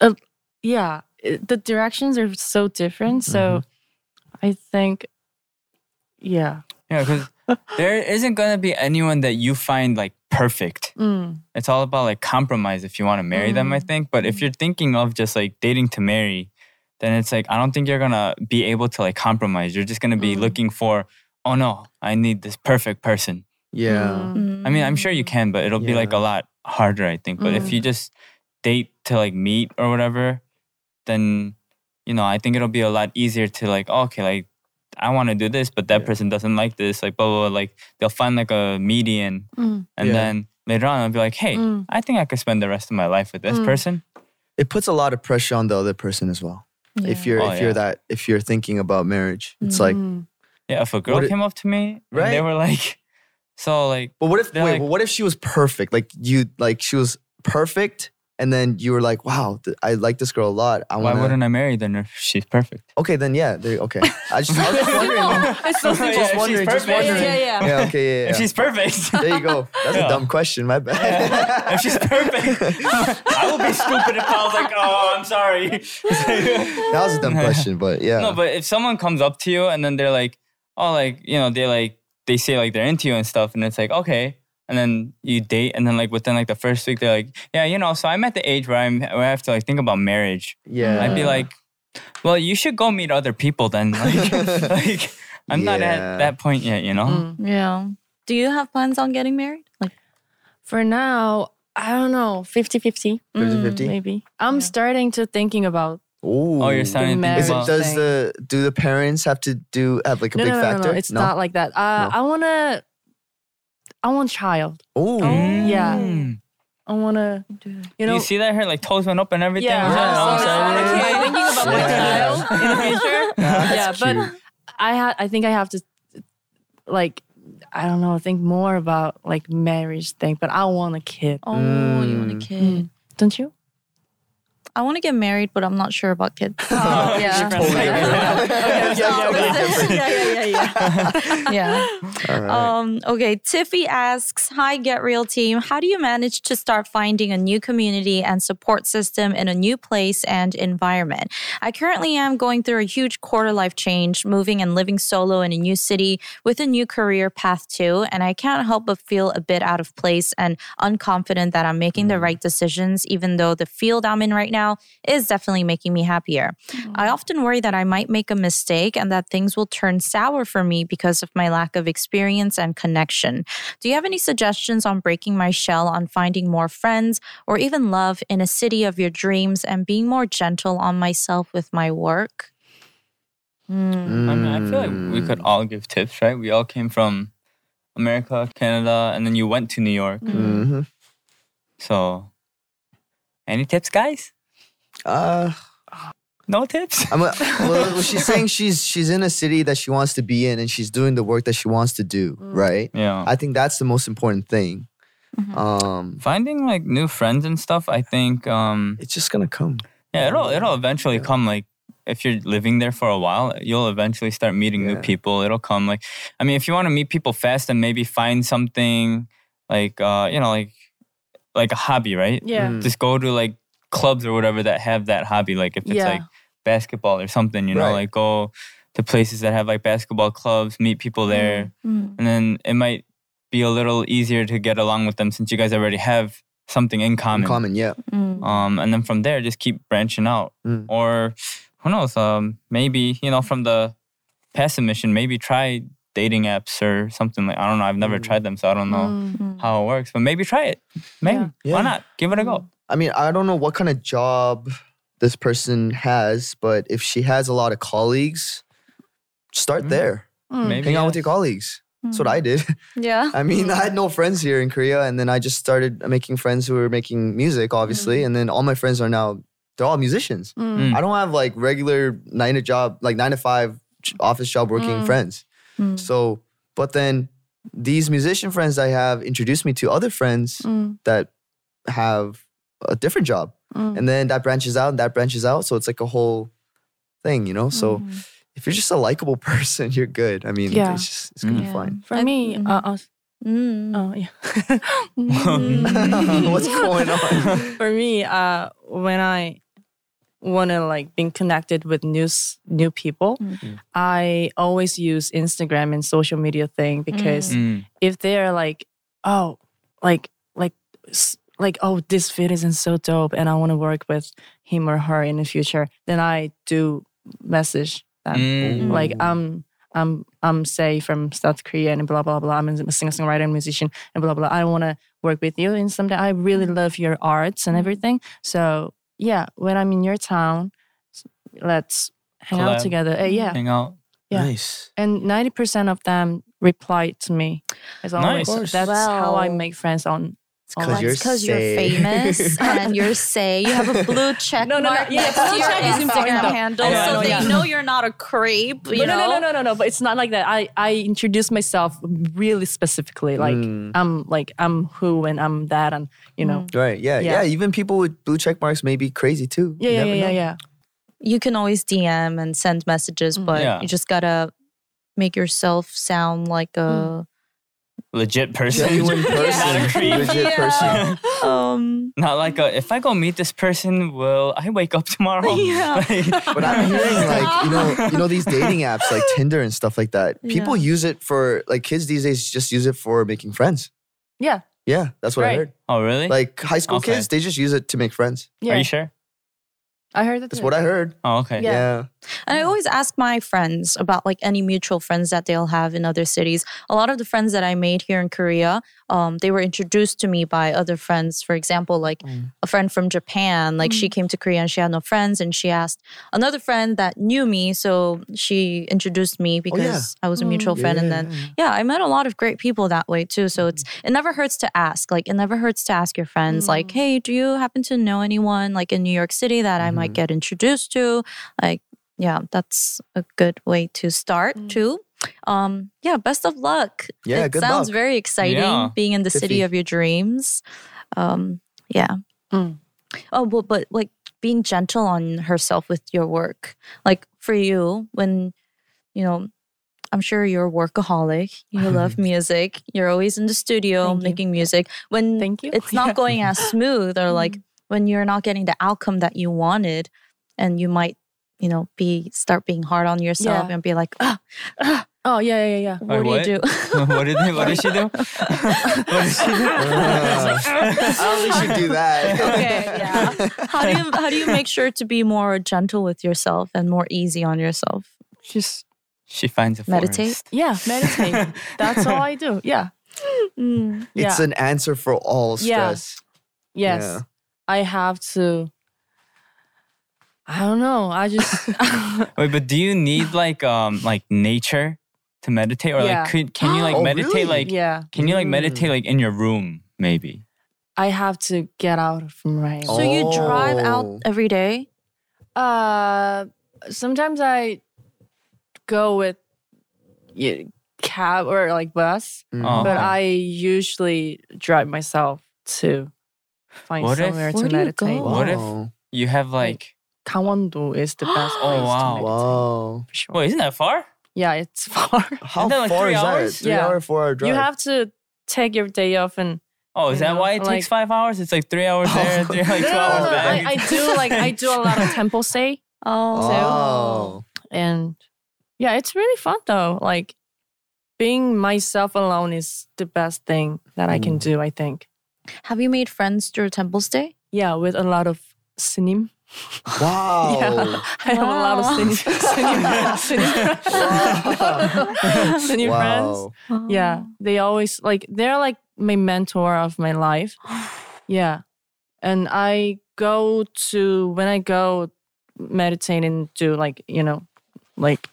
uh, yeah it, the directions are so different so
Mm-hmm.
i think yeah
Yeah, because there isn't gonna be anyone that you find like perfect.
mm.
it's all about like compromise if you want to marry them i
Mm.
think but if you're thinking of just like dating to marry then it's like i don't think you're gonna be able to like compromise you're just gonna be
Mm.
looking for oh no i need this perfect person
Yeah.
Mm-hmm. i mean i'm sure you
Mm.
can but it'll be like a
Yeah.
lot harder i think but if
Mm.
you just date to like meet or whatever then you know, I think it'll be a lot easier to like, oh, okay, like I want to do this, but that
Yeah.
person doesn't like this, like blah, blah blah. Like they'll find like a median,
Mm.
and
Yeah.
then later on, I'll be like, hey,
Mm.
I think I could spend the rest of my life with this
Mm.
person.
It puts a lot of pressure on the other person as well. If you're
Oh,
if you're
yeah.
that if you're thinking about marriage, it's like,
Mm.
Yeah, if a girl
What it-
came up to me, and they
Right.
were like, so like,
but what if
They're
wait,
like-
but what if she was perfect? Like you like she was perfect, and then you were like, wow, th- I like this girl a lot. I
why
want to.
wouldn't I marry then if she's perfect?
Okay, then yeah, there, okay. I just, I was just wondering.
It's so
Yeah,
simple.
if
just
she's
wondering, just
perfect. Yeah,
yeah, yeah,
wondering.
yeah.
Yeah, okay, yeah,
If
yeah.
she's perfect.
There you go. That's
Yeah.
a dumb question. My bad.
if she's perfect, I would be stupid if I was like, oh, I'm sorry.
that was a dumb question, but yeah.
No, but if someone comes up to you and then they're like, oh, like, you know, they like, they say like they're into you and stuff, and it's like, okay. And then you date, and then like within like the first week, they're like, yeah, you know, so I'm at the age where, I'm, where I have to like think about marriage.
yeah,
I'd be like, well, you should go meet other people then. Like, like I'm not
Yeah.
at that point yet, you know?
Mm.
Yeah. Do you have plans on getting married? Like
For now, I don't know, 50-50
50-50.
maybe. I'm
Yeah.
starting to thinking about
Ooh.
Oh, you're
The
starting to think
Is it
about.
does
thing.
the do the parents have to do have like a
no,
big
no, no,
factor?
no, no, it's not like that. Uh,
No.
I wanna, I want child.
Ooh.
Mm.
Oh, Yeah. I wanna, you
You,
know,
see that her like toes went up and everything.
yeah.
Was that-
so
oh,
I'm
sorry.
starting to thinking about my
Yeah.
child in the future. yeah,
That's
but
cute.
I ha- I think I have to, like, I don't know, think more about like marriage thing. But I want a kid.
Oh, you want a
Mm.
kid?
Mm. Don't you?
I want to get married, but I'm not sure about kids.
Oh, yeah.
Totally different.
Okay,
Yeah,
okay,
totally
okay.
different.
yeah, yeah, yeah, yeah.
yeah.
All right.
Um, okay. Tiffy asks, "Hi, Get Real team. How do you manage to start finding a new community and support system in a new place and environment? I currently am going through a huge quarter life change, moving and living solo in a new city with a new career path too, and I can't help but feel a bit out of place and unconfident that I'm making
Hmm.
the right decisions, even though the field I'm in right now is definitely making me happier. I often worry that I might make a mistake and that things will turn sour for me because of my lack of experience and connection. Do you have any suggestions on breaking my shell on finding more friends or even love in a city of your dreams and being more gentle on myself with my work?
Mm.
Hmm.
Um,
I mean, I feel like we could all give tips, right? We all came from America, Canada, and then you went to New York.
Mm.
hmm
So, any tips, guys?
Uh,
No tips?
I'm a, well, she's saying she's she's in a city that she wants to be in, and she's doing the work that she wants to do. Right.
Yeah.
I think that's the most important thing.
Mhm.
Um,
Finding like new friends and stuff, I think, um,
it's just gonna come.
yeah, it'll, it'll eventually
Um, Yeah.
come. Like, if you're living there for a while, you'll eventually start meeting new
Yeah.
people. It'll come. Like, I mean, if you want to meet people fast and maybe find something like, uh, you know, like, like a hobby, right?
Yeah.
Mm.
just go to like clubs or whatever that have that hobby. Like if it's
Yeah.
like basketball or something, you know,
Right.
like go to places that have like basketball clubs, meet
Hmm.
people there, and then it might be a little easier to get along with them since you guys already have something in common.
In common, yeah.
Mm-hmm.
Mm.
Um, and then from there, just keep branching out,
Mm.
or who knows? Um, maybe you know from the past submission, maybe try dating apps or something like I don't know. I've never
Mm.
tried them, so I don't know.
Mm.
Um,
How it works, but maybe try it. Maybe
Yeah.
why not? Give it a go.
I mean, I don't know what kind of job this person has, but if she has a lot of colleagues, start
Mm.
there.
Mm.
Maybe uh,
Hang out with
yes.
your colleagues. That's what I did.
Yeah.
Mm-hmm.
I mean, I had no friends here in Korea, and then I just started making friends who were making music, obviously, and then all my friends are now they're all musicians.
Mm.
I don't have like regular nine to job, like nine to five j- office job working
Mm.
friends.
Mm.
So, but then these musician friends I have introduced me to other friends
Mm.
that have a different job.
Mm.
And then that branches out and that branches out. So it's like a whole thing, you know? So
Mhm.
Mm-hmm.
if you're just a likable person, you're good. I mean,
Hmm. Yeah.
it's just, it's gonna
Yeah.
be fine.
For
Like,
me,
mm.
uh, uh,
Mm.
oh yeah.
Mm.
What's going on?
For me, uh, when I wanna like being connected with new s- new people,
Mm.
Mm.
I always use Instagram and social media thing because
Mm.
if they're like, oh, like like s- like oh, this fit isn't so dope, and I want to work with him or her in the future, then I do message them.
Mm.
like um,
Ooh.
I'm I'm I'm say from South Korea and blah blah blah. I'm a singer songwriter and musician and blah blah. I want to work with you and
Mm.
someday I really love your arts and everything. So yeah, when I'm in your town let's hang out
Collab. Mm.
together. Uh, yeah.
hang out.
Yeah.
Nice.
And 90% of them replied to me. As always,
Nice.
that's how I
Wow.
make friends on.
It's
Oh,
because
That's
you're,
because you're
safe.
famous and you're say you have a blue check
No, no, no.
mark
Yeah,
next
blue
to your
check is important
Instagram
though.
handle,
I know, I
so
know,
they
yeah.
know you're not a creep. You
But no,
know,
no, no, no, no, no. But it's not like that. I, I introduce myself really specifically. Like
Mm.
I'm like I'm who and I'm that and you
Mm.
know.
Right. Yeah, yeah.
Yeah.
Even people with blue check marks may be crazy
Yeah,
too. You
yeah,
never
yeah, yeah, yeah.
know.
You can always DM and send messages,
Mm.
but
Yeah.
you just gotta make yourself sound like a
Legit person.
Genuine
Not a
person.
creep.
Legit
Yeah.
person.
Mm.
um.
Not like a, if I go meet this person, will I wake up tomorrow?
Yeah.
Like,
But I'm hearing like you know you know these dating apps like Tinder and stuff like that. People use it for like kids these days just use it for making friends.
Yeah.
Yeah, that's what I
Right.
heard.
oh really?
Like high school
Okay.
kids, they just use it to make friends.
Are
Yeah.
you sure?
I heard that.
That's
too.
what I heard.
Oh okay.
Yeah.
Yeah.
And I always ask my friends about like any mutual friends that they'll have in other cities. A lot of the friends that I made here in Korea, um, they were introduced to me by other friends. For example, like a friend from Japan, like she came to Korea and she had no friends, and she asked another friend that knew me, so she introduced me because I was a
Mm.
mutual friend. and then yeah,
Mm-hmm.
I met a lot of great people that way too. So it's it never hurts to ask. Like it never hurts to ask your friends, like,
Mm-hmm.
hey, do you happen to know anyone like in New York City that I
Mm-hmm.
might get introduced to? Like, yeah, that's a good way to start too. Um, yeah, best of luck.
Mm. Yeah,
it
good
sounds
luck.
very exciting
Yeah.
being in the city
Tiffy.
of your dreams. Um, yeah.
Mm.
Oh, well, but like being gentle on herself with your work. Like for you, when you know, I'm sure you're a workaholic. You love music. You're always in the studio
Thank you.
making music. When
Thank you. Mm-hmm.
it's not going as smooth, or like when you're not getting the outcome that you wanted, and you might, you know, be start being hard on yourself
Yeah.
and be like, ah,
Oh yeah, yeah, yeah.
what
Wait,
do you do?
what did they, what did she do? what did she do?
I don't think you should do that.
okay, yeah. How do you how do you make sure to be more gentle with yourself and more easy on yourself?
Just
She finds a
Meditate?
forest.
yeah, meditate. That's all I do. Yeah.
Mm.
Yeah.
It's an answer for all
Yeah.
stress.
Yes.
Yeah.
I have to. I don't know. I just.
Wait, but do you need like um like nature to meditate, or
Yeah.
like could, can you like
Oh,
meditate
really?
like
yeah.
can you like
Mm.
meditate like in your room maybe?
I have to get out from right.
So you drive
Oh.
out every day?
Uh, sometimes I go with y- cab or like bus,
Mm.
Oh.
but
Okay.
I usually drive myself to find
What if-
somewhere to
Where do you
meditate.
go?
What if-
Mm. Wow.
You have like
Gangwon-do is the best.
Oh,
place to
wow.
meditate,
Wow.
for sure.
wait, isn't that far?
Yeah, it's far.
How
Isn't that like
far
three
is
hours?
that? Three
Yeah.
hour, four hour drive.
You have to take your day off and
Oh, is
You
that
know,
why it
like-
takes five hours? It's like three hours there, three, like
no, no,
two
no,
hours
no.
back.
I, I do like I do a lot of temple stay
Oh,
Oh.
and yeah, it's really fun though. Like being myself alone is the best thing that I can
Mm.
do. I think.
have you made friends through Temple Stay?
Yeah, with a lot of sinim.
Wow.
Yeah, I have a lot of
Wow.
sinim, sinim, sinim,
Wow.
sinim friends.
Wow.
Oh.
Yeah, they always like they're like my mentor of my life. Yeah, and I go to when I go meditate and do like you know, like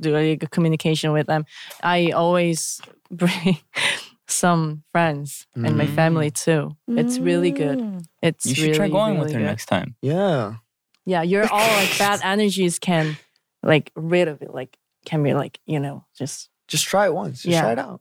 do a communication with them. I always bring some friends and my
Mm.
family too. It's really good.
Mm.
It's
You should
really,
try going
really
with her
good.
next time.
Yeah.
Yeah, you're all like bad energies can like rid of it. Like can be like you know just
Just try it once. Just
Yeah.
try it out.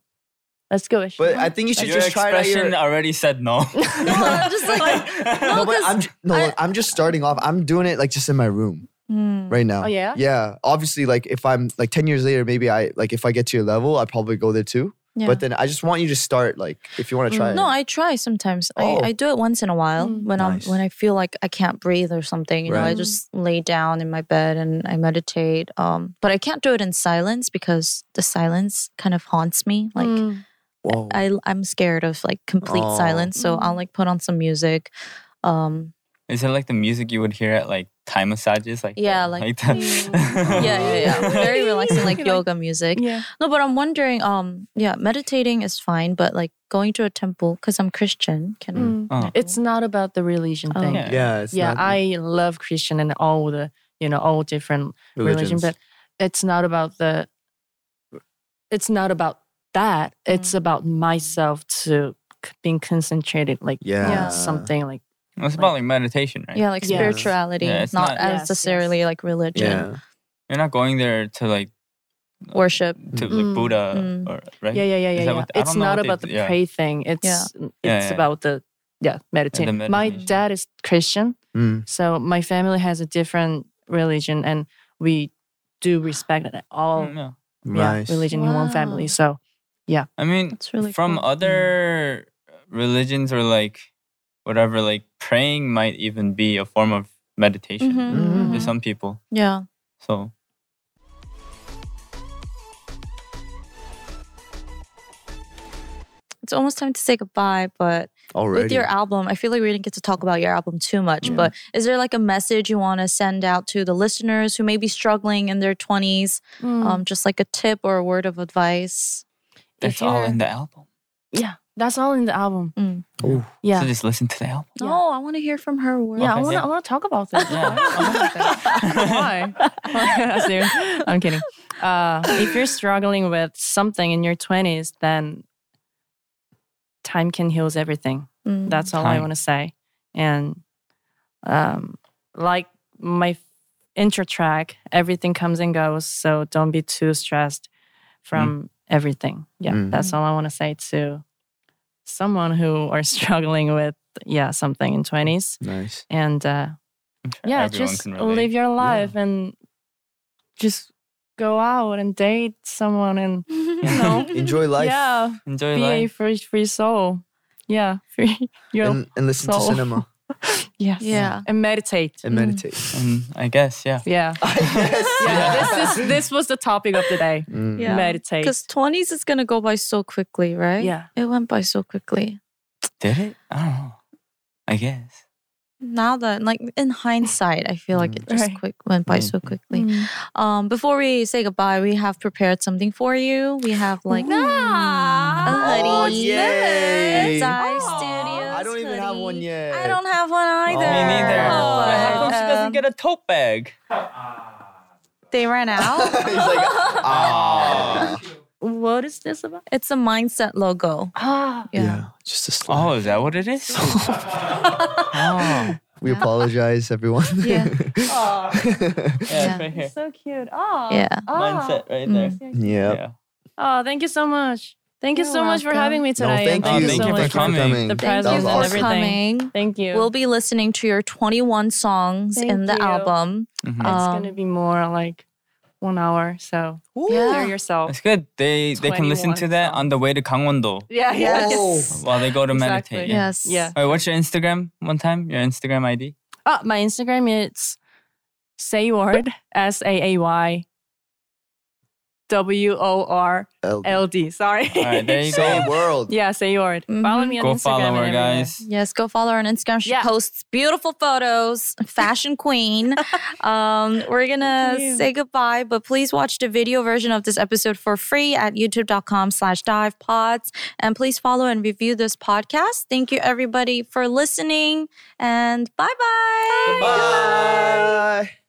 let's go. Ish.
But I think you should
Your
just try it out.
expression
Your,
already said no.
No, I'm just like no,
no, but
'cause
I'm j- no,
I-
I'm just starting off. I'm doing it like just in my room
Mm.
right now.
Oh, yeah?
Yeah. Obviously, like if I'm like ten years later, maybe I like if I get to your level, I probably go there too.
Yeah. Mm,
But then I just want you to start like if you want to try it.
No, I try sometimes.
Oh.
I, I do it once in a while
Mm.
when
Nice.
I'm when I feel like I can't breathe or something. You know, I
Right.
just lay down in my bed and I meditate. Um, but I can't do it in silence because the silence kind of haunts me. Like
Mm.
Whoa.
I I'm scared of like complete
Oh.
silence. So I'll like put on some music. Um,
Is it like the music you would hear at like Thai massages? Like
Yeah,
the-
like-
the-
yeah, yeah, yeah. Very relaxing, like yoga music.
yeah.
No, but I'm wondering. Um, yeah, meditating is fine, but like going to a temple because I'm Christian. Can
Mm.
Oh.
It's not about the religion
Oh.
thing.
Yeah.
Yeah,
yeah. It's not-
I love Christian and all the you know all different religion, but it's not about the. It's not about that. It's
Mm.
about myself to c- being concentrated, like
yeah.
Yeah.
something like
It's about like meditation, right?
Yeah, like
Yes.
spirituality,
Yeah, it's
not,
not-
Yes, yes.
necessarily like religion,
Yeah.
You're not going there to like
worship.
to
Mm.
like Buddha
Mm.
or right?
yeah, yeah, yeah, yeah.
that
yeah.
what- I
it's
don't know
not
what they-
about the
yeah.
pray thing. It's it's
Yeah, yeah.
about the yeah meditating. My
meditation.
dad is Christian,
Mm.
so my family has a different religion, and we do respect all
Mm, yeah.
yeah,
Nice.
religion in one family.
Wow.
So
I mean,
That's really
from
cool.
other religions or like whatever, like praying might even be a form of meditation
Mhm,
Mhm.
to
mhm.
some people.
Yeah.
So
It's almost time to say goodbye, but
Already.
with your album, I feel like we didn't get to talk about your album too much.
Yeah.
But is there like a message you want to send out to the listeners who may be struggling in their 20s?
Mm.
Um, just like a tip or a word of advice?
If
that's all
you're-
in the album.
yeah, that's all in the album.
Mm.
Ooh.
Yeah,
So just listen to the album.
Yeah.
No, I want to hear from her words.
yeah. I
Okay,
want to.
yeah.
I want to talk about this.
Yeah.
Why? Why? Seriously, I'm kidding. Uh, if you're struggling with something in your 20s, then time can heal everything.
Mm.
That's all I
Time.
want to say. And um, like my intro track, everything comes and goes. So don't be too stressed
Mm.
from everything. Yeah,
Mm.
that's all I want to say to someone who are struggling with yeah something in 20s
Nice.
and uh,
I'm sure
yeah
everyone
just
can relate.
live your life and just go out and date someone and
you
know,
Enjoy life.
yeah
Enjoy
be a
life.
free, free soul yeah free your
And, and listen to
soul.
cinema
yes
Yeah.
and meditate
and
Mm.
meditate.
And I guess, yeah.
yeah
yes.
yeah this is this was the topic of the day
Mm.
Yeah.
meditate
Because 20s is going to go by so quickly, right?
yeah
It went by so quickly.
Did it? I don't know. I guess.
Now that, like, in hindsight, I feel like it just
Right.
quick went by
Mm.
so quickly. Um, before we say goodbye, we have prepared something for you. We have like Ah, uh, a hoodie,
Oh, yay.
Zai
Aw.
Studios.
I don't even have one
hoodie.
yet.
I don't have one either.
Me neither.
Oh,
But how come she
but,
doesn't
um,
get a tote bag?
They ran out.
He's like, ah.
what is this about
it's a mindset logo.
ah
Yeah.
Just a slap.
Oh, is that what it is? oh.
We apologize, everyone.
Yeah.
Yeah,
Yeah.
it's right here.
so cute oh
Yeah.
Mindset right there.
Mm.
yeah.
Yeah.
oh thank you so much thank you
You're
so much for
welcome.
having me
No,
today and
thank
Oh,
you.
thank
so
you
much
for coming.
The
Thank
presents
That
you
was
for
awesome.
coming.
Thank you.
We'll be listening to your 21 songs in
Thank
the
you.
album.
Mhm.
Uh,
it's
um,
gonna be more like one hour, so
Yeah.
hear yourself.
That's good. They they can listen
21
to that on the way to Gangwon-do
Yeah,
Yes.
while they go to
Exactly.
meditate. Yeah.
Yes.
Yeah.
Wait, what's your Instagram one time? Your Instagram ID?
Oh, my Instagram is sayword s a a y w o r
L-
l d. Sorry.
All right, there you
Say
go.
world.
yeah, sayword.
Mhm.
Follow me on
Go
Instagram.
follow
and
her,
everywhere.
guys.
Yes, go follow her on Instagram. She
Yeah.
posts beautiful photos, fashion queen. um, we're
Thank
gonna
you.
say goodbye, but please watch the video version of this episode for free at youtube.com slash dive pods. And please follow and review this podcast. Thank you everybody for listening and bye-bye.
Bye.